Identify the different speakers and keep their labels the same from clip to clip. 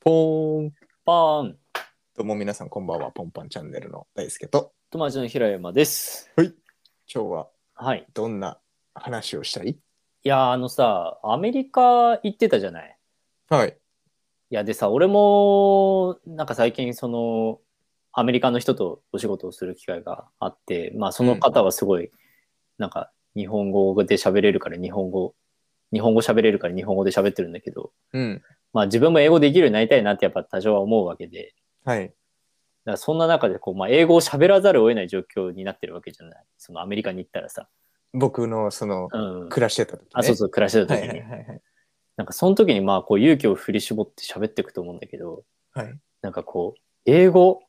Speaker 1: ポーン
Speaker 2: パーン
Speaker 1: どうも皆さんこんばんは、ポンパンチャンネルの大輔と、
Speaker 2: 友達の平山です。
Speaker 1: 今日は
Speaker 2: はい。
Speaker 1: どんな話をしたい
Speaker 2: いやー、あのさ、アメリカ行ってたじゃない。
Speaker 1: はい。
Speaker 2: いや、でさ、俺も、なんか最近、その、アメリカの人とお仕事をする機会があって、まあ、その方はすごい、なんか、日本語で喋れるから、日本語、日本語喋れるから、日本語で喋ってるんだけど、
Speaker 1: うん。
Speaker 2: まあ、自分も英語できるようになりたいなって、やっぱ多少は思うわけで、
Speaker 1: はい。
Speaker 2: だからそんな中で、こう、まあ、英語を喋らざるを得ない状況になってるわけじゃない。その、アメリカに行ったらさ。
Speaker 1: 僕のその、
Speaker 2: うん。
Speaker 1: 暮らしてた時、ね。
Speaker 2: あ、そうそう、暮らしてた
Speaker 1: は
Speaker 2: 時
Speaker 1: い
Speaker 2: に。
Speaker 1: はいはいはい。
Speaker 2: なんかその時にまあこう勇気を振り絞って喋っていくと思うんだけど、
Speaker 1: はい
Speaker 2: なんかこう、英語、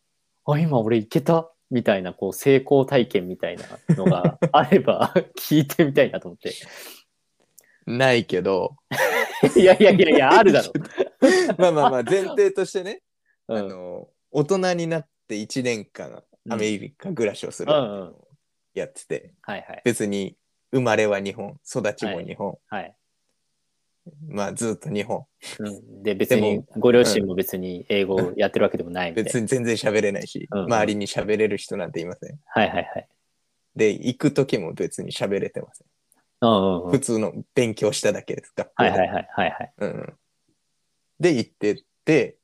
Speaker 2: あ、今俺いけたみたいな、こう成功体験みたいなの があれば聞いてみたいなと思って。
Speaker 1: ないけど、
Speaker 2: いやいやいやいや、あるだろ。
Speaker 1: まあまあまあ、前提としてね、
Speaker 2: う
Speaker 1: あ
Speaker 2: ん。
Speaker 1: の、大人になって1年間アメリカ暮らしをする
Speaker 2: うんうんうん
Speaker 1: やってて、
Speaker 2: はいはい。
Speaker 1: 別に生まれは日本、育ちも日本、
Speaker 2: はい。
Speaker 1: まあずっと日本、
Speaker 2: うん、で、別
Speaker 1: で
Speaker 2: に
Speaker 1: も、
Speaker 2: ご両親も別に英語をやってるわけでもないみたいな。
Speaker 1: 別に全然喋れないし、
Speaker 2: うんうん
Speaker 1: 周りに喋れる人なんていません。
Speaker 2: はいはいはい。
Speaker 1: で、行く時も別に喋れてません。
Speaker 2: うんうんう
Speaker 1: 普
Speaker 2: ん。
Speaker 1: 通の勉強しただけですか。
Speaker 2: はいはいはいはいはい。
Speaker 1: うんうん、で、行ってって、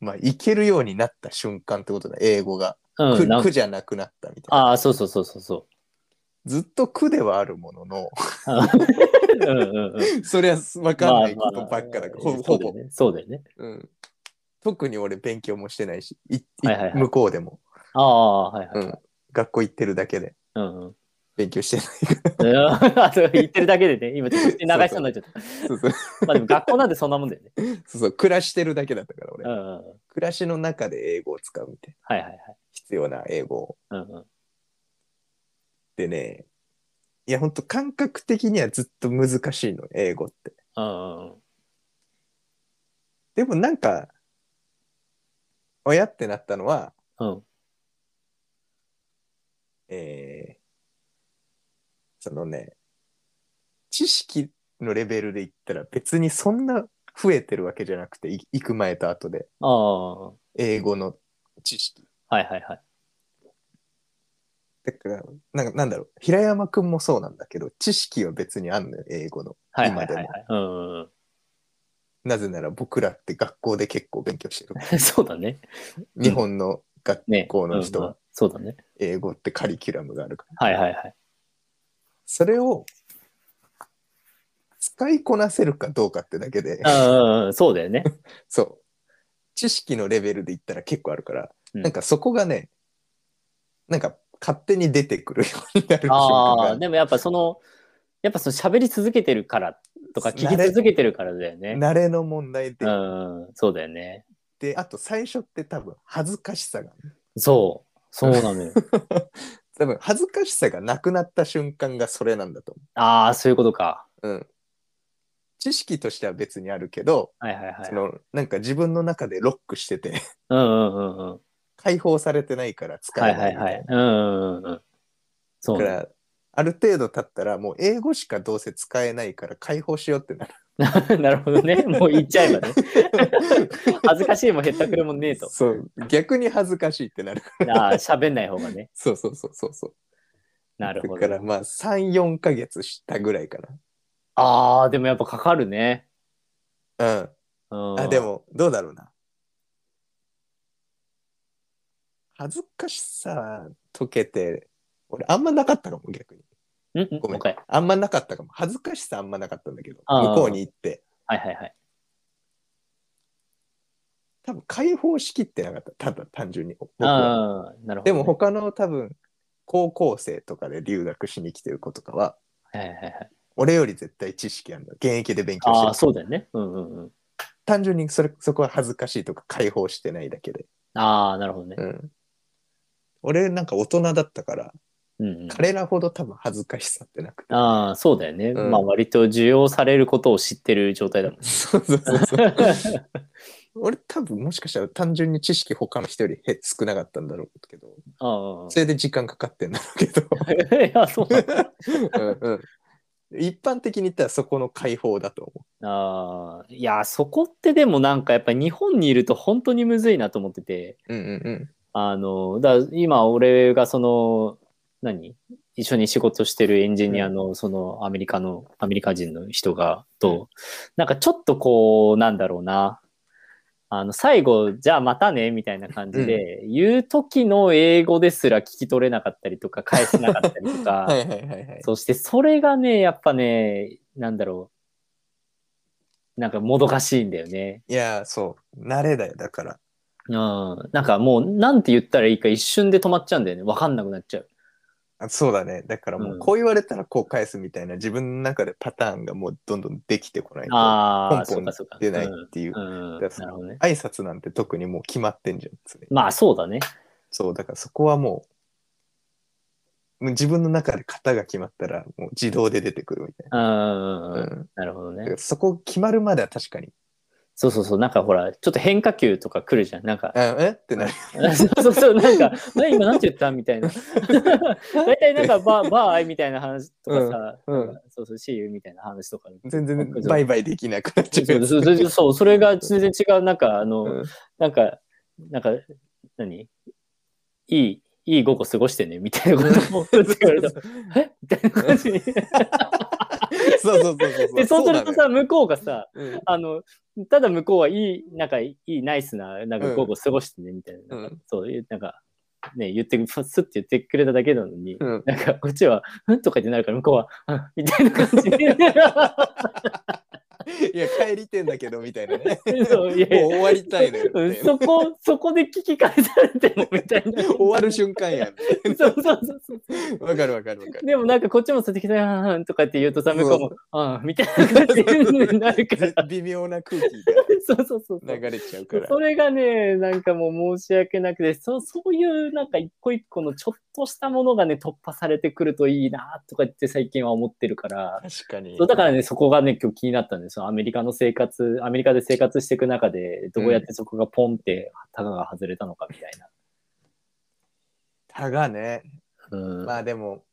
Speaker 1: まあ、行けるようになった瞬間ってことだ、英語が。
Speaker 2: う
Speaker 1: 苦、
Speaker 2: ん、なん
Speaker 1: 苦じゃなくなったみたいな。
Speaker 2: ああ、そうそうそうそうそう。
Speaker 1: ずっと苦ではあるもの の、
Speaker 2: うんうんうん。
Speaker 1: そりゃ分かんない
Speaker 2: ま
Speaker 1: こ
Speaker 2: あま
Speaker 1: と
Speaker 2: あ
Speaker 1: ばっかだから、ほ
Speaker 2: そ
Speaker 1: ほ
Speaker 2: うだよ
Speaker 1: ぼ、
Speaker 2: ね。そうだよね。
Speaker 1: うん。特に俺勉強もしてないし、いい
Speaker 2: はいはいはい
Speaker 1: 向こうでも
Speaker 2: ああ、はいはい。
Speaker 1: 学校行ってるだけで
Speaker 2: うんうん。
Speaker 1: 勉強してない か
Speaker 2: うんあと言ってるだけでね、今ちょっと口に流しそうになっちゃった。
Speaker 1: ら。そうそう
Speaker 2: まあでも学校なんてそんなもん だよね。
Speaker 1: そうそう、暮らしてるだけだったから
Speaker 2: うん
Speaker 1: 俺。
Speaker 2: うんうん。
Speaker 1: 暮らしの中で英語を使うみたいな。
Speaker 2: はいはいはい。
Speaker 1: 必要な英語を。
Speaker 2: うんうん。
Speaker 1: でね、いや、ほんと感覚的にはずっと難しいの、英語って。
Speaker 2: うんうんうん。
Speaker 1: でもなんか、親ってなったのは、
Speaker 2: うん。
Speaker 1: えー、そのね、知識のレベルで言ったら別にそんな増えてるわけじゃなくて、い行く前と後で、
Speaker 2: ああ。は
Speaker 1: 英語の知識。
Speaker 2: いはいはい。
Speaker 1: だから、なんかなんだろう、平山くんもそうなんだけど、知識は別にあんのよ、英語の。
Speaker 2: はいはいはい
Speaker 1: 今
Speaker 2: は
Speaker 1: でも
Speaker 2: い。うんうん
Speaker 1: なぜなら僕らって学校で結構勉強してる。
Speaker 2: うん。 そうだね。
Speaker 1: 日本の学
Speaker 2: ね。
Speaker 1: 校の人
Speaker 2: うんう
Speaker 1: は
Speaker 2: んそうだね。
Speaker 1: 英語ってカリキュラムがあるから、
Speaker 2: はいは いはい。
Speaker 1: それを使いこなせるかどうかってだけで、
Speaker 2: うんうんうん。そうだよね。
Speaker 1: そう知識のレベルで言ったら結構あるから、
Speaker 2: うん
Speaker 1: なんかそこがねなんか勝手に出てくるようにな る瞬間
Speaker 2: あ
Speaker 1: が
Speaker 2: あ。でもやっぱその、やっぱその喋り続けてるからとか聞き続けてるからだよね。
Speaker 1: 慣れの問題
Speaker 2: う
Speaker 1: で、
Speaker 2: んうん。そうだよね。
Speaker 1: であと最初って多分恥ずかしさが
Speaker 2: そう。そうな のよ。
Speaker 1: 多分恥ずかしさがなくなった瞬間がそれなんだと
Speaker 2: ああ、そういうことか。
Speaker 1: 思う、うん、知識としては別にあるけど、
Speaker 2: はいはいはい
Speaker 1: そ。のなんか自分の中でロックしてて
Speaker 2: うんうんうんうん。
Speaker 1: 解放されてないから使
Speaker 2: は
Speaker 1: え
Speaker 2: いは
Speaker 1: ない
Speaker 2: い
Speaker 1: みたいな。
Speaker 2: はい。うんうんうんうん。そう
Speaker 1: だか
Speaker 2: ね。
Speaker 1: ら、ある程度経ったら、もう英語しかどうせ使えないから解放しようってなる。
Speaker 2: なるほどね。もう言っちゃえばね。 恥ずかしいもへったくれもねえ と。
Speaker 1: そう、逆に恥ずかしいってなる。
Speaker 2: ああ、喋んない方がね。
Speaker 1: そうそうそうそうそう。
Speaker 2: なるほ
Speaker 1: だから
Speaker 2: ど。
Speaker 1: まあ、3、4ヶ月したぐらいか
Speaker 2: ああ、でもやっぱかかるね。
Speaker 1: な。うん。
Speaker 2: うん、
Speaker 1: あ、で。も、どうだろうな。恥ずかしさ解けて、俺、あんまなかったかも、逆に。
Speaker 2: うんうん、
Speaker 1: ごめ
Speaker 2: もうん一回。
Speaker 1: あんまなかったかも。恥ずかしさあんまなかったんだけど、
Speaker 2: あー
Speaker 1: 向こうに行って。
Speaker 2: はいはいはい。
Speaker 1: 多分解放しきってなかった。ただ単純に。僕は
Speaker 2: ああ、なるほど、ね。
Speaker 1: でも他の多分高校生とかで留学しに来てる子とかは
Speaker 2: はいはいはい。
Speaker 1: 俺より絶対知識あるんだ現役で勉強
Speaker 2: ああ、
Speaker 1: してる
Speaker 2: そうだよね。うんうんうん。
Speaker 1: 単純にそれそこは恥ずかしいとか解放してないだけで、
Speaker 2: ああ、なるほどね。
Speaker 1: うん、俺なんか大人だったから
Speaker 2: うんうん。
Speaker 1: 彼らほど多分恥ずかしさってなくて
Speaker 2: ああ、そうだよね。
Speaker 1: うん。
Speaker 2: まあ割と受容されることを知ってる状態だもん
Speaker 1: そうそうそうそう俺多分もしかしたら単純に知識他の人よりへ少なかったんだろうけど
Speaker 2: ああ。
Speaker 1: それで時間かかってんだろうけど
Speaker 2: いや、そうなんだ。
Speaker 1: うんうん一般的に言ったらそこの解放だと思
Speaker 2: あーいや、そこってでもなんかやっぱ日本にいると本当にむずいなと思ってて、
Speaker 1: う。うんうんうん。
Speaker 2: あの、だ今俺がその、何一緒に仕事してるエンジニアの、そのアメリカの、アメリカ人の人が、と、なんかちょっとこう、なんだろうな、あの、最後、じゃあまたね、みたいな感じで、言う時の英語ですら聞き取れなかったりとか、返せなかったりと か、
Speaker 1: はいはいはいはい。
Speaker 2: そしてそれがね、やっぱね、なんだろう、なんかもどかしいんだよね。
Speaker 1: いやー、そう。慣れだよ、だから。
Speaker 2: うん、なんかもう、なんて言ったらいいか一瞬で止まっちゃうんだよね。わかんなくなっちゃう。
Speaker 1: あそうだね。だからも
Speaker 2: うん
Speaker 1: う、こう言われたらこう返すみたいな、自分の中でパターンがもうどんどんできてこないと、
Speaker 2: ああ、
Speaker 1: ポ
Speaker 2: そう
Speaker 1: ンポ
Speaker 2: か
Speaker 1: ン
Speaker 2: そうか。
Speaker 1: 出ないっ
Speaker 2: うん
Speaker 1: ていう。
Speaker 2: うん、
Speaker 1: だか
Speaker 2: な
Speaker 1: ら
Speaker 2: るほどね。
Speaker 1: 挨拶なんて特にもう決まってんじゃん、常に
Speaker 2: まあそうだね。
Speaker 1: そう、だからそこはもう、もう自分の中で型が決まったら、もう自動で出てくるみたい
Speaker 2: うんうん
Speaker 1: な。
Speaker 2: うん、
Speaker 1: うん
Speaker 2: なるほど
Speaker 1: だか
Speaker 2: ね
Speaker 1: ら。そこ決まるまでは確かに、
Speaker 2: そうそうそう。なんかほら、ちょっと変化球とか来るじゃん。なんか、
Speaker 1: あえってなる。
Speaker 2: そうそうそう。なんか、何今何て言ったみ たいな。大体なんかバー、バーイみたいな話とかさ、
Speaker 1: うんうん
Speaker 2: なんかそうそう、シーユみたいな話とか。
Speaker 1: 全然バイバイできなくなっちゃ
Speaker 2: そう
Speaker 1: う。
Speaker 2: そうそうそう、それが全然違う、なんか、あの、
Speaker 1: うん
Speaker 2: なんか、なんか、何いい、いい午後過ごしてね、みたいなことを言ってくれると、えみたいな感じに。
Speaker 1: そうそうそうそう。
Speaker 2: で、そうすると
Speaker 1: な
Speaker 2: さ、向こうがさ、
Speaker 1: のよ、
Speaker 2: あの、ただ向こうはいい、なんか、いい、ナイスな、なん
Speaker 1: う
Speaker 2: か、
Speaker 1: ん
Speaker 2: 午後過ごしてね、みたいな、
Speaker 1: うん
Speaker 2: なんかそういう、なんか、ね、言って、スッて言ってくれただけなのに、
Speaker 1: うん うん
Speaker 2: なんか、こっちは、うんとか言ってなるから、向こうは、あみたいな感 じで。
Speaker 1: いや、帰りてんだけど、みたいなね。
Speaker 2: そういやいや
Speaker 1: もう終わりたいのよ
Speaker 2: うん
Speaker 1: みたいな
Speaker 2: そこ、そこで聞き返されても、みたいな。
Speaker 1: 終わる瞬間やん。
Speaker 2: そうそうそうそう。
Speaker 1: わかるわかるわかる。
Speaker 2: でもなんかこっちもそうやってきて、あーんとかって言うとさ、向こうも
Speaker 1: そ、
Speaker 2: あーんみたいな感じになるから。
Speaker 1: 微妙な空気
Speaker 2: そうそうそうそ
Speaker 1: が
Speaker 2: う。
Speaker 1: 流れちゃうから。
Speaker 2: それがね、なんかもう申し訳なくて、そそういうなんか一個一個のちょっとしたものがね、突破されてくるといいなとか言って最近は思ってるから、
Speaker 1: 確かに。
Speaker 2: そうだからね、そこがね、今日気になったんですよ。アメリカの生活、アメリカで生活していく中で、どうやってそこがポンって、たがが外れたのかみたいな。
Speaker 1: たがね、
Speaker 2: うん
Speaker 1: まあでも、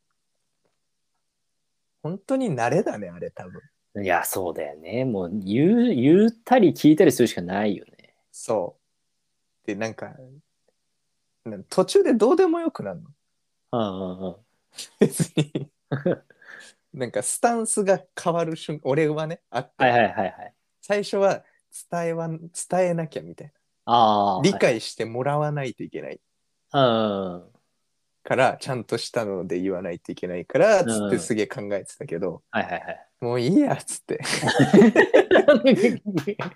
Speaker 1: 本当に慣れだね、あれ多分。
Speaker 2: いや、そうだよね。もう言う、言ったり聞いたりするしかないよね。
Speaker 1: そう。で、なんか、なん途中でどうでもよくなるの。
Speaker 2: うんうんうん。
Speaker 1: 別に。なんかスタンスが変わる瞬間、俺はね、あって、
Speaker 2: はいはいはいはい。
Speaker 1: 最初は伝えはん伝えなきゃみたい
Speaker 2: あ
Speaker 1: な。
Speaker 2: あ。
Speaker 1: 理解してもらわないといけない
Speaker 2: はい。うん。
Speaker 1: から、ちゃんとしたので言わないといけないから、つっ
Speaker 2: う
Speaker 1: て
Speaker 2: ん
Speaker 1: すげえ考えてたけど、
Speaker 2: はいはい
Speaker 1: もういいや、つって。
Speaker 2: はい。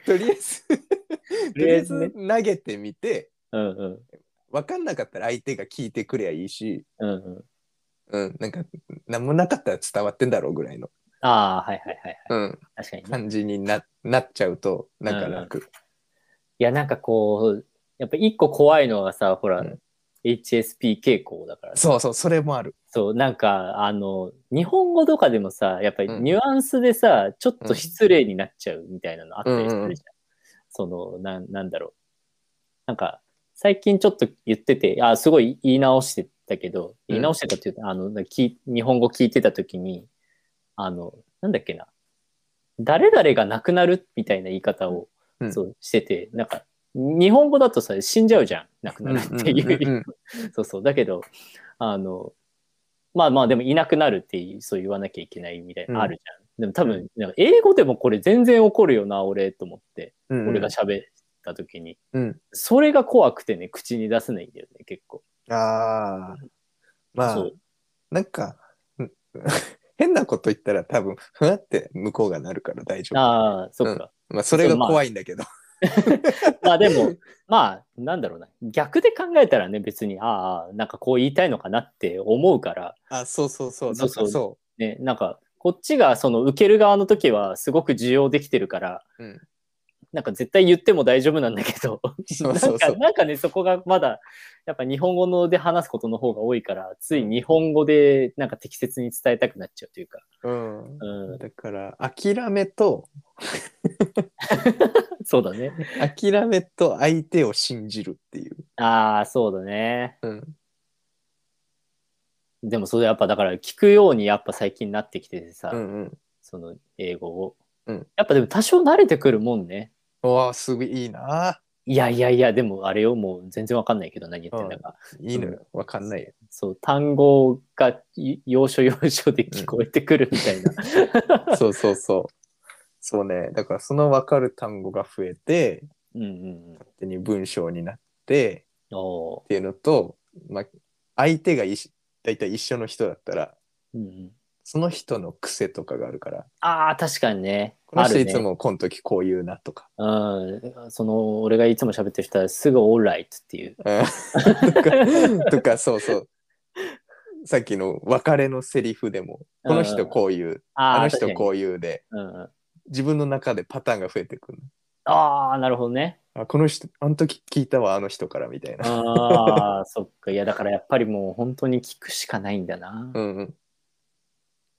Speaker 1: とりあえず、とりあえず投げてみて、
Speaker 2: うんうん。
Speaker 1: 分かんなかったら相手が聞いてくりゃいいし、
Speaker 2: うんうん。
Speaker 1: うん、なんか、何もなかったら伝わってんだろうぐらいの、
Speaker 2: ああ、はいはいはい
Speaker 1: う
Speaker 2: はい。
Speaker 1: ん、
Speaker 2: 確かにね。
Speaker 1: 感じにななっちゃうと、なんか楽。
Speaker 2: いや、なんかこう、やっぱ一個怖いのがさ、ほら、
Speaker 1: うん
Speaker 2: HSP 傾向だからさ
Speaker 1: そうそう、それもある。
Speaker 2: そう、なんか、あの、日本語とかでもさ、やっぱり
Speaker 1: うん
Speaker 2: ニュアンスでさ、ちょっと失礼になっちゃうみたいなのあったりするじゃん。
Speaker 1: うんうん
Speaker 2: その、なん、なんだろう。なんか、最近ちょっと言ってて、あ、すごい言い直してたけど、言い直してたっていうと、あの、き日本語聞いてた時に、あの、なんだっけな。誰々が亡くなるみたいな言い方を、
Speaker 1: うん
Speaker 2: そうしてて、なんか、日本語だとさ、死んじゃうじゃん。亡くなるっていう
Speaker 1: うんうんうんうん
Speaker 2: そうそう。だけど、あの、まあまあ、でもいなくなるっていう、そう言わなきゃいけないみたいな、
Speaker 1: うん
Speaker 2: あるじゃん。でも多分、なんか英語でもこれ全然怒るよな、俺、と思って、
Speaker 1: うん
Speaker 2: 俺が喋った時に。
Speaker 1: うん。
Speaker 2: それが怖くてね、口に出せないんだよね、結構。
Speaker 1: ああ。ま
Speaker 2: そ
Speaker 1: あ
Speaker 2: う、。
Speaker 1: なんか、うん 変なこと言ったら多分、ふわって向こうがなるから大丈夫。
Speaker 2: ああ、そっか。
Speaker 1: まあ、それが怖いんだけど。
Speaker 2: まあでも、 まあ、なんだろうな。逆で考えたらね、別に、ああ、なんかこう言いたいのかなって思うから、
Speaker 1: あ、そうそうそう。
Speaker 2: そうそ
Speaker 1: な
Speaker 2: う
Speaker 1: んかそ
Speaker 2: ね、なんか、こっちがその受ける側の時はすごく需要できてるから、
Speaker 1: う。うん。
Speaker 2: なんか絶対言っても大丈夫なんだけど、
Speaker 1: そうそうそう
Speaker 2: なんかなんかね、そこがまだ、やっぱ日本語ので話すことの方が多いから、つい日本語でなんか適切に伝えたくなっちゃうというか。
Speaker 1: うん。
Speaker 2: うん、
Speaker 1: だから、諦めと、
Speaker 2: そうだね。
Speaker 1: 諦めと相手を信じるっていう。
Speaker 2: ああ、そうだね。
Speaker 1: うん。
Speaker 2: でもそれやっぱだから聞くようにやっぱ最近なってきててさ、
Speaker 1: うんうん。
Speaker 2: その英語を、
Speaker 1: うん
Speaker 2: やっぱでも多少慣れてくるもんね。
Speaker 1: うわあ、すごいいいな。
Speaker 2: いやいやいや、でもあれよ、もう全然わかんないけど何言ってんだか。
Speaker 1: いいのよ。わかんないよ。
Speaker 2: そう、単語がい要所要所で聞こえてくるみたいな。
Speaker 1: そうそうそう。そうね。だからその分かる単語が増えて、
Speaker 2: うんうんうん。
Speaker 1: 勝手に文章になって
Speaker 2: おー
Speaker 1: っていうのと、まあ、相手がいし大体一緒の人だったら、
Speaker 2: うんうん、
Speaker 1: その人の癖とかがあるから、
Speaker 2: ああ、確かにね。
Speaker 1: この人
Speaker 2: ある
Speaker 1: い
Speaker 2: ね
Speaker 1: つもこの時こう言うなとか。
Speaker 2: うん、その俺がいつも喋ってる人はすぐオーライトってい
Speaker 1: う
Speaker 2: う。
Speaker 1: んとか、とかそうそう。さっきの別れのセリフでも、この人こう言う、
Speaker 2: あ
Speaker 1: あ
Speaker 2: ー
Speaker 1: の人こう言うで、
Speaker 2: 確かにうんうん
Speaker 1: 自分の中でパターンが増えてくる。
Speaker 2: ああ、なるほどね。
Speaker 1: あ、この人、あの時聞いたわ、あの人からみたいな。
Speaker 2: ああ、そっか。いや、だからやっぱりもう本当に聞くしかないんだな。
Speaker 1: うんうん。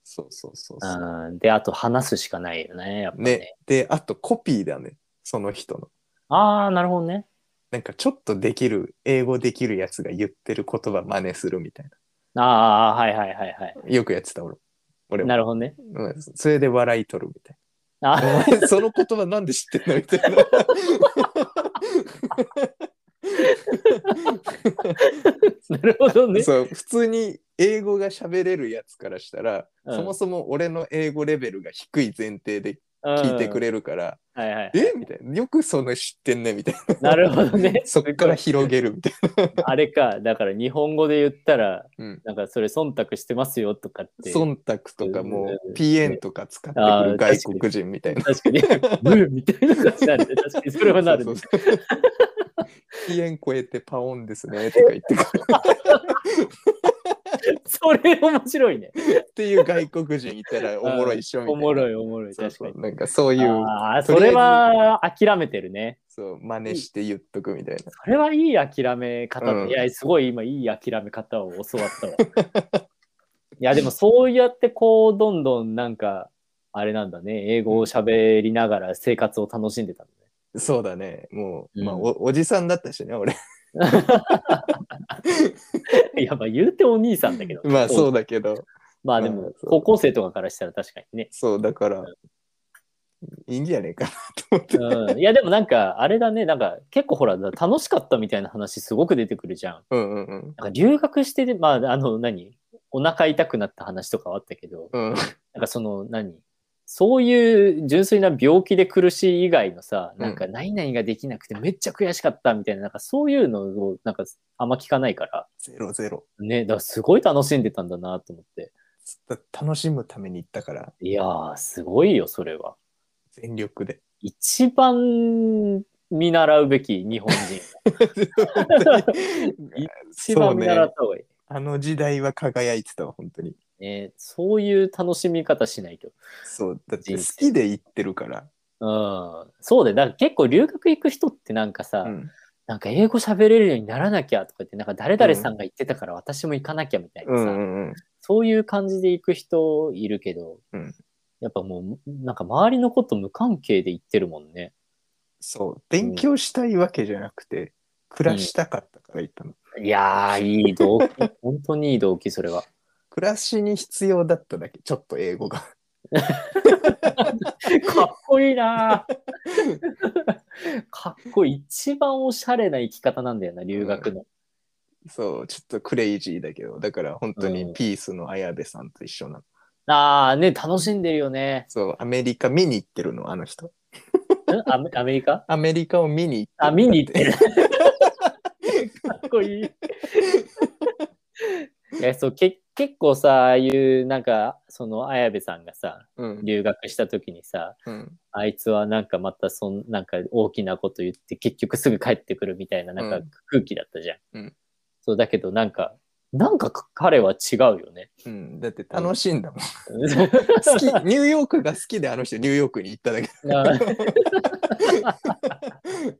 Speaker 1: そうそうそうそう。
Speaker 2: うん、で、あと話すしかないよね、やっぱね。
Speaker 1: ね、で、あとコピーだね、その人の。
Speaker 2: ああ、なるほどね。
Speaker 1: なんかちょっとできる、英語できるやつが言ってる言葉真似するみたい
Speaker 2: ああ、はいはいはいはい。
Speaker 1: な。よくやってた俺。俺
Speaker 2: な
Speaker 1: も。
Speaker 2: るほどね。
Speaker 1: うん、それで笑い取るみたい
Speaker 2: あー
Speaker 1: な。お 前その言葉なんで知ってんのみたいな。
Speaker 2: なるほど ね。
Speaker 1: そう普通に英語が喋れるやつからしたら、
Speaker 2: うん
Speaker 1: そもそも俺の英語レベルが低い前提で聞いてくれるから、
Speaker 2: うん。はいはい。
Speaker 1: えみたいな。よくその知ってんねみ たいな。。
Speaker 2: なるほどね
Speaker 1: そっから広げるみたい
Speaker 2: あれか、だから日本語で言ったら、
Speaker 1: な。うん。
Speaker 2: なんかそれ忖度してますよとかって。
Speaker 1: 忖度とかも
Speaker 2: う
Speaker 1: うん PN とか使って
Speaker 2: あ
Speaker 1: く
Speaker 2: ー
Speaker 1: る外国人みたいな。
Speaker 2: 確 かに、ブーみたいな感じになるね。確かに、それはなるね。
Speaker 1: そうそうそう PN 超えてパオンですねとか言ってくる
Speaker 2: それ面白いね。
Speaker 1: っていう外国人いたらおもろいっしょみたい
Speaker 2: お
Speaker 1: な。
Speaker 2: もろいおもろい、
Speaker 1: そう
Speaker 2: 確
Speaker 1: そ
Speaker 2: か
Speaker 1: う
Speaker 2: に。
Speaker 1: なんかそういう
Speaker 2: ああ、
Speaker 1: とりあえず
Speaker 2: それは諦めてるね。
Speaker 1: そう真似して言っとくみたいな。
Speaker 2: それはいい諦め方だ、
Speaker 1: うん
Speaker 2: いや、すごい今いい諦め方を教わったわ。 いや、でもそうやってこう、どんどんなんか、あれなんだね、英語を喋りながら生活を楽しんでたんだね。
Speaker 1: そうだね。もう、
Speaker 2: うん
Speaker 1: まあお、おじさんだったしね、俺。
Speaker 2: い や、まあ言うてお兄さんだけど。
Speaker 1: まあ、そう
Speaker 2: だ。
Speaker 1: だけど、
Speaker 2: まあで
Speaker 1: まあ
Speaker 2: も、
Speaker 1: そう
Speaker 2: 高校生とかからしたら確かにね。
Speaker 1: そう、だから、いいんじゃねえかな と思って。
Speaker 2: うん、いや、でもなんか、あれだね、なんか結構ほら、楽しかったみたいな話すごく出てくるじゃん。
Speaker 1: うんうんうん。
Speaker 2: なんか留学してて、まあ、あの、何お腹痛くなった話とかはあったけど、
Speaker 1: うん、
Speaker 2: なんかその何そういう純粋な病気で苦しい以外のさ、なんか何々ができなくてめっちゃ悔しかったみたいな、なんかそういうのをなんかあんま聞かないから、
Speaker 1: ゼロゼロ。
Speaker 2: ね、だからすごい楽しんでたんだなと思って。
Speaker 1: だ楽しむために行ったから、
Speaker 2: いやー、すごいよ、それは。
Speaker 1: 全力で。
Speaker 2: 一番見習うべき日本人。 一
Speaker 1: そう
Speaker 2: 番見
Speaker 1: ね
Speaker 2: 習った方がいい。
Speaker 1: あの時代は輝いてたわ、本当に。
Speaker 2: ね、そういう楽しみ方しないと。
Speaker 1: そう、だって
Speaker 2: 人
Speaker 1: 好
Speaker 2: 生
Speaker 1: きで行ってるから。
Speaker 2: うん、そうだよ。だから結構留学行く人ってなんかさ、
Speaker 1: うん、
Speaker 2: なんか英語喋れるようにならなきゃとか言って、なんか誰々さんが言ってたから私も行かなきゃみたいうなさ、
Speaker 1: んうんうん。
Speaker 2: そういう感じで行く人いるけど、
Speaker 1: うん
Speaker 2: やっぱもう、なんか周りのこと無関係で行ってるもんね。
Speaker 1: そう、勉強したいわけじゃなくて、暮らしたかったから行ったの。
Speaker 2: いやー、いい動機。 本当にいい動機、それは。
Speaker 1: 暮らしに必要だっただけ、ちょっと英語が。
Speaker 2: かっこいいなー かっこいい。一番おしゃれな生き方なんだよな、留学の。
Speaker 1: そう、ちょっとクレイジーだけど、だから本当
Speaker 2: う
Speaker 1: に
Speaker 2: ん
Speaker 1: ピースの綾部さんと一緒なの。
Speaker 2: あー、ね、楽しんでるよね。
Speaker 1: そう、アメリカ見に行ってるの、あの人。
Speaker 2: んアメアメリカ
Speaker 1: アメリカを見に行ってる
Speaker 2: あ、見に行ってる。かっこいい。いやそうけ結構さああいうなんかその綾部さんがさ
Speaker 1: うん。
Speaker 2: 留学した時にさ
Speaker 1: うん。
Speaker 2: あいつはなんかまたそんなんか大きなこと言って結局すぐ帰ってくるみたいななん
Speaker 1: う
Speaker 2: か
Speaker 1: ん
Speaker 2: 空気だったじゃん。
Speaker 1: うん
Speaker 2: そうだけどなんかなんか彼は違うよ ね。
Speaker 1: うん、だって楽しいんだもん。好き、 ニューヨークが好きであの人ニューヨークに行っただけ。
Speaker 2: な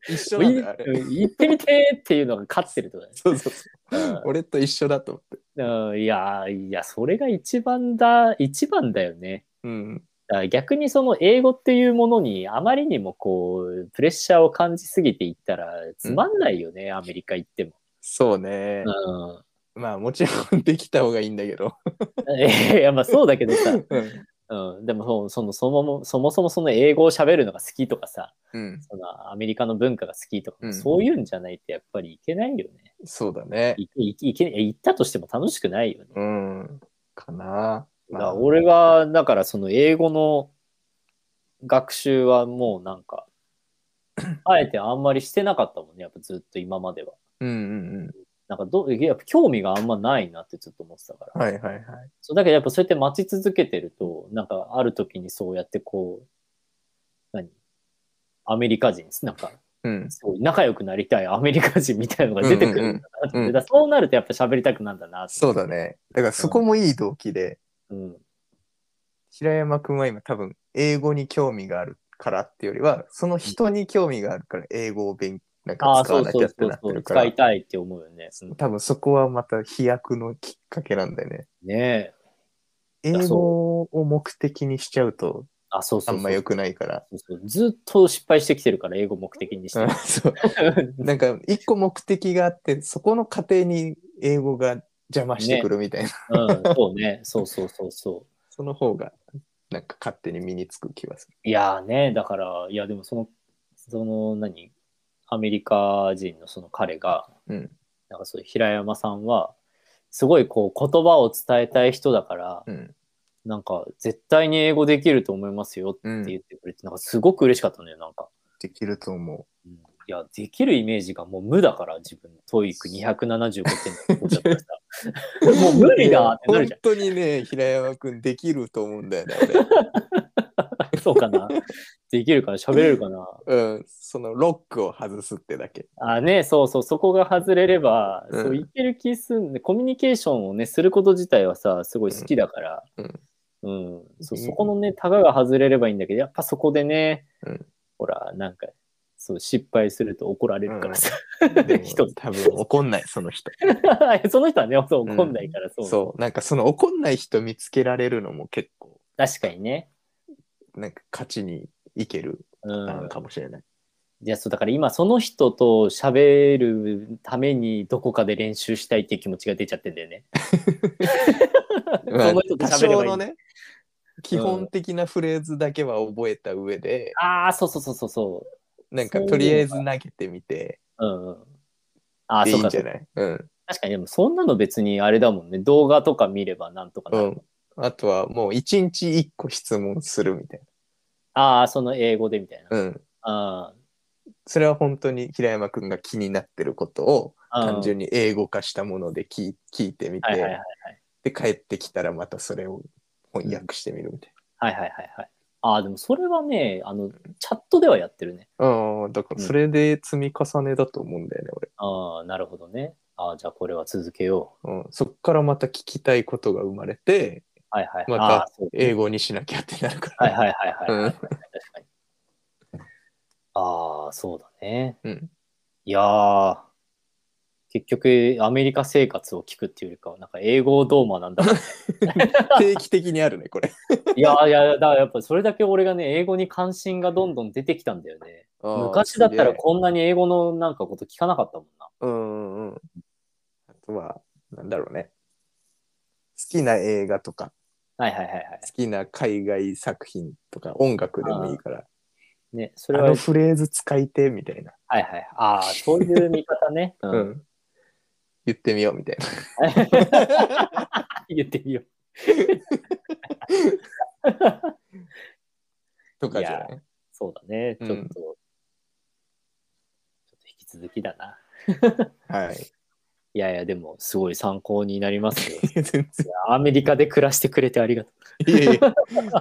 Speaker 1: 一緒なんだ、あれ。
Speaker 2: 行ってみてーっていうのが勝ってるってことね。
Speaker 1: そうそうそう
Speaker 2: うん
Speaker 1: 俺と一緒だと思って。
Speaker 2: うんいや、いや、それが一番だ、一番だよね。
Speaker 1: うん。
Speaker 2: だから逆にその英語っていうものにあまりにもこう、プレッシャーを感じすぎていったら、つまんないよね、アメリカ行っても。
Speaker 1: そうね。
Speaker 2: うん。
Speaker 1: まあもちろんできた方がいいんだけど。
Speaker 2: いや、まあそうだけどさ、
Speaker 1: うん。
Speaker 2: うん、でもそうそのそもそもそもその英語を喋るのが好きとかさ、
Speaker 1: うん、
Speaker 2: そのアメリカの文化が好きとか、
Speaker 1: うん
Speaker 2: そういうんじゃないってやっぱりいけないよね。
Speaker 1: そうだね。
Speaker 2: いいいけ行ったとしても楽しくないよね。
Speaker 1: うん。かな。ま
Speaker 2: だから
Speaker 1: あ、
Speaker 2: 俺は、だからその英語の学習はもうな んか、あえてあんまりしてなかったもんね、やっぱずっと今までは。
Speaker 1: うんうん
Speaker 2: なんかどう、やっぱ興味があんまないなってずっと思ってたから。
Speaker 1: うん。はいはいはい。
Speaker 2: そうだけどやっぱそうやって待ち続けてると、なんかある時にそうやってこう、何アメリカ人です。なんか、
Speaker 1: うん。
Speaker 2: すごい仲良くなりたいアメリカ人みたいなのが出てくるんだなって
Speaker 1: うんうんうんうん
Speaker 2: だからそうなるとやっぱ喋りたくなんだなって
Speaker 1: そうだ。ね。だからそこもいい動機で、
Speaker 2: うん。
Speaker 1: 平山くんは今多分英語に興味があるからっていうよりは、その人に興味があるから英語を勉なん
Speaker 2: あ
Speaker 1: か
Speaker 2: あ、
Speaker 1: 使
Speaker 2: そ
Speaker 1: わ
Speaker 2: う
Speaker 1: なき
Speaker 2: そ
Speaker 1: ゃっ
Speaker 2: う
Speaker 1: て
Speaker 2: そう
Speaker 1: なって
Speaker 2: そう。
Speaker 1: るから
Speaker 2: 使い。たいって思うよね。うん
Speaker 1: 多分そこはまた飛躍のきっかけなんだよね。
Speaker 2: ねえ。や
Speaker 1: 英語を目的にしちゃうと
Speaker 2: あ、そうそ
Speaker 1: あ
Speaker 2: うそうん
Speaker 1: ま良くないから。
Speaker 2: そうそうずっと失敗してきてるから、英語目的にして。
Speaker 1: そうなんか一個目的があって、そこの過程に英語が邪魔してくるみたいな。
Speaker 2: うん、そうね。そうそうそうそう。
Speaker 1: その方がなんか勝手に身につく気がする。
Speaker 2: いやーね、だから、いや、でもその、その、何、アメリカ人のその彼が、
Speaker 1: うん。
Speaker 2: なんかそういう平山さんは、すごいこう言葉を伝えたい人だから、
Speaker 1: うん。
Speaker 2: なんか絶対に英語できると思いますよって言ってくれて、なんかすごく嬉しかったのよ、なんか。
Speaker 1: できると思
Speaker 2: うんいや、できるイメージがもう無だから、自分、トイック275点取っちゃった からさ。もう無
Speaker 1: う。
Speaker 2: 理だってなる
Speaker 1: 本
Speaker 2: じゃん。
Speaker 1: 当にね、平山くんできると思うんだよね。
Speaker 2: そうかな。できるかな喋れるかな
Speaker 1: 俺 うん。そのロックを外すってだけ。
Speaker 2: あね、そうそう、そこが外れれば、
Speaker 1: うん
Speaker 2: そういける気すんで、コミュニケーションをね、すること自体はさ、すごい好きだから、
Speaker 1: うん
Speaker 2: うんそう
Speaker 1: うん
Speaker 2: そこのね、タガが外れればいいんだけど、やっぱそこでね、
Speaker 1: うん
Speaker 2: ほら、なんか、そう、失敗すると怒られるからさ、
Speaker 1: でも
Speaker 2: 人
Speaker 1: 多分怒んない、その人。
Speaker 2: その人はね、そう怒んないから、そう
Speaker 1: そう。なんかその怒んない人見つけられるのも結構、
Speaker 2: 確かにね。
Speaker 1: なんか勝ちにいける
Speaker 2: う
Speaker 1: なん
Speaker 2: ん、
Speaker 1: かもしれない。
Speaker 2: いやそうだから今その人と喋るためにどこかで練習したいっていう気持ちが出ちゃってんだ よね。
Speaker 1: まあ
Speaker 2: その人
Speaker 1: 多
Speaker 2: と喋れば
Speaker 1: 少
Speaker 2: いい
Speaker 1: のね、基本的なフレーズだけは覚えた上で、
Speaker 2: ああそうそうそうそうそう。
Speaker 1: なんか
Speaker 2: そう
Speaker 1: とりあえず投げてみて
Speaker 2: うんうん。ああ、
Speaker 1: でい
Speaker 2: そう
Speaker 1: いん
Speaker 2: か
Speaker 1: じゃ
Speaker 2: そうか。
Speaker 1: ないうん。
Speaker 2: 確かに、でもそんなの別にあれだもんね。動画とか見ればなんとか
Speaker 1: う
Speaker 2: なる。
Speaker 1: ん。あとはもう一日一個質問するみたい
Speaker 2: ああ、その英語でみたいな。
Speaker 1: な。うん。
Speaker 2: あ
Speaker 1: それは本当に平山くんが気になってることを
Speaker 2: あ
Speaker 1: 単純
Speaker 2: に。
Speaker 1: に英語化したもので聞い聞いてみて、
Speaker 2: はいはいはい。
Speaker 1: で帰ってきたらまたそれを翻訳してみるみたい
Speaker 2: はいはいはいはい。ああ、でもそれはね、あの、チャットではやってるね。
Speaker 1: な。うん。だからそれで積み重ねだと思うんだよね、
Speaker 2: ああ、なるほどね。ああ、じゃあこれは続けよ
Speaker 1: 俺。うん。そっからまた聞きたいことが生まれて、
Speaker 2: う。はいはい。
Speaker 1: また
Speaker 2: ああそう
Speaker 1: 英語にしなきゃってなるから。
Speaker 2: はいはいはいはい
Speaker 1: う
Speaker 2: はい、
Speaker 1: ん
Speaker 2: 確かに。ああ、そうだね。
Speaker 1: うん
Speaker 2: いやー、結局、アメリカ生活を聞くっていうよりかは、なんか英語をどう学んだか
Speaker 1: 定期的にあるね、こ れ。
Speaker 2: いやいや、だからやっぱそれだけ俺がね、英語に関心がどんどん出てきたんだよね。昔だったらこんなに英語のなんかこと聞かなかったもんな。
Speaker 1: うんうんうん。あとは、なんだろうね。好きな映画とか、
Speaker 2: はいはいはいはい
Speaker 1: 好。きな海外作品とか、音楽でもいいから、
Speaker 2: ね、そ
Speaker 1: あ
Speaker 2: れは、
Speaker 1: のフレーズ使いてみたいな、
Speaker 2: はいはい。ああ、そういう見方ね。う、
Speaker 1: うんん言ってみようみたいな。
Speaker 2: 言ってみよう。
Speaker 1: とかじゃない
Speaker 2: そうだね、ちょっと。
Speaker 1: うん
Speaker 2: ちょっと引き続きだな。
Speaker 1: はい。
Speaker 2: いやいや、でも、すごい参考になりますよ。い
Speaker 1: 全然。
Speaker 2: やアメリカで暮らしてくれてありがと
Speaker 1: いやいや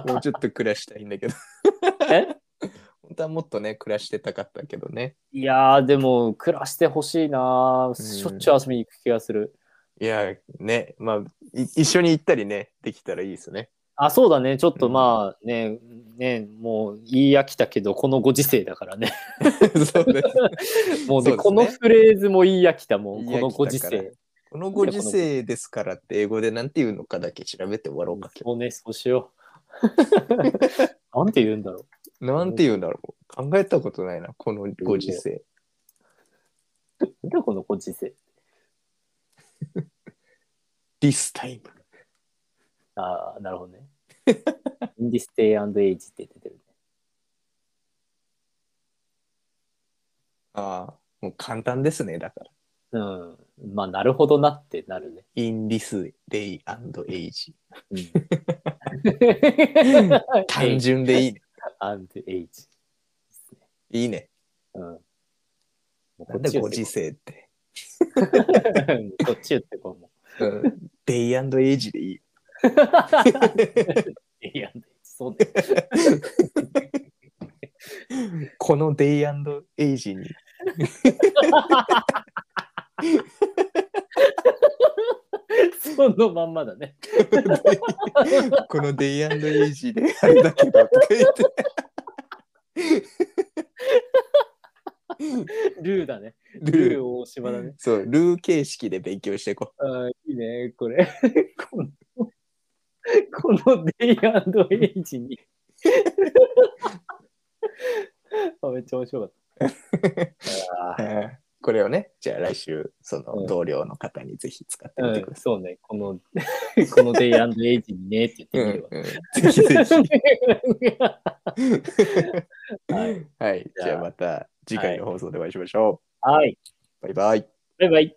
Speaker 1: もうちょっと暮らしたいんだけど。
Speaker 2: う。え
Speaker 1: 本当はもっとね、暮らしてたかったけどね。
Speaker 2: いやー、でも、暮らしてほしいなー。
Speaker 1: ん
Speaker 2: しょっちゅう遊びに行く気がする。
Speaker 1: いや、ね、まあ、い一緒に行ったりね、できたらいいですね。
Speaker 2: あ、そうだね。ちょっと
Speaker 1: うん
Speaker 2: まあね、ね、もう言い飽きたけど、このご時世だからね。
Speaker 1: そうね。
Speaker 2: もうで、
Speaker 1: そうですね
Speaker 2: このフレーズも言い飽きた、もうこのご時
Speaker 1: 言い飽きたか
Speaker 2: 世
Speaker 1: ら。このご時世ですからって英語でなんて言うのかだけ調べて終わろうか。
Speaker 2: もうね、そうしよ う。なんて言うんだろう。
Speaker 1: なんて言うんだろう。考えたことないな、このご時世。
Speaker 2: なんだこのご時世。
Speaker 1: this time.
Speaker 2: ああ、なるほどね。In this day and age って出てるね。
Speaker 1: ああ、もう簡単ですね、だから。
Speaker 2: うん。まあ、なるほどなってなるね。
Speaker 1: in this day and age.
Speaker 2: うん。
Speaker 1: 単 純でいいね。
Speaker 2: and age。
Speaker 1: いいね。
Speaker 2: うん。もう
Speaker 1: なんでご時
Speaker 2: こ
Speaker 1: 世って。
Speaker 2: うこっち言ってこうも
Speaker 1: うん、day and age でいい。
Speaker 2: う。いや、そうね。
Speaker 1: この day and age に。
Speaker 2: そのまんまだね。
Speaker 1: この day and age であれだけどとか言って。
Speaker 2: ルーだね。ル
Speaker 1: ル
Speaker 2: ー
Speaker 1: ー。
Speaker 2: 大島だね。
Speaker 1: そう、ルー形式で勉強していこ
Speaker 2: あーいいね、これ。この、このデイアンドエイジに。あめっちゃ面白か った。
Speaker 1: う。
Speaker 2: あ
Speaker 1: うんこれをね、じゃあ来週、その
Speaker 2: うん
Speaker 1: 同僚の方にぜひ使ってみて
Speaker 2: ー
Speaker 1: く
Speaker 2: う
Speaker 1: だ
Speaker 2: ん、
Speaker 1: さ
Speaker 2: そうね、この、このデイアンドエイジにねって
Speaker 1: い。
Speaker 2: 言ってみるわ。
Speaker 1: うんうんぜひぜ ひ。
Speaker 2: はい
Speaker 1: はい、
Speaker 2: じゃあ
Speaker 1: じゃあまた次回の放送でお会いしましょ。
Speaker 2: はいう
Speaker 1: バイバイ。
Speaker 2: バイバイ。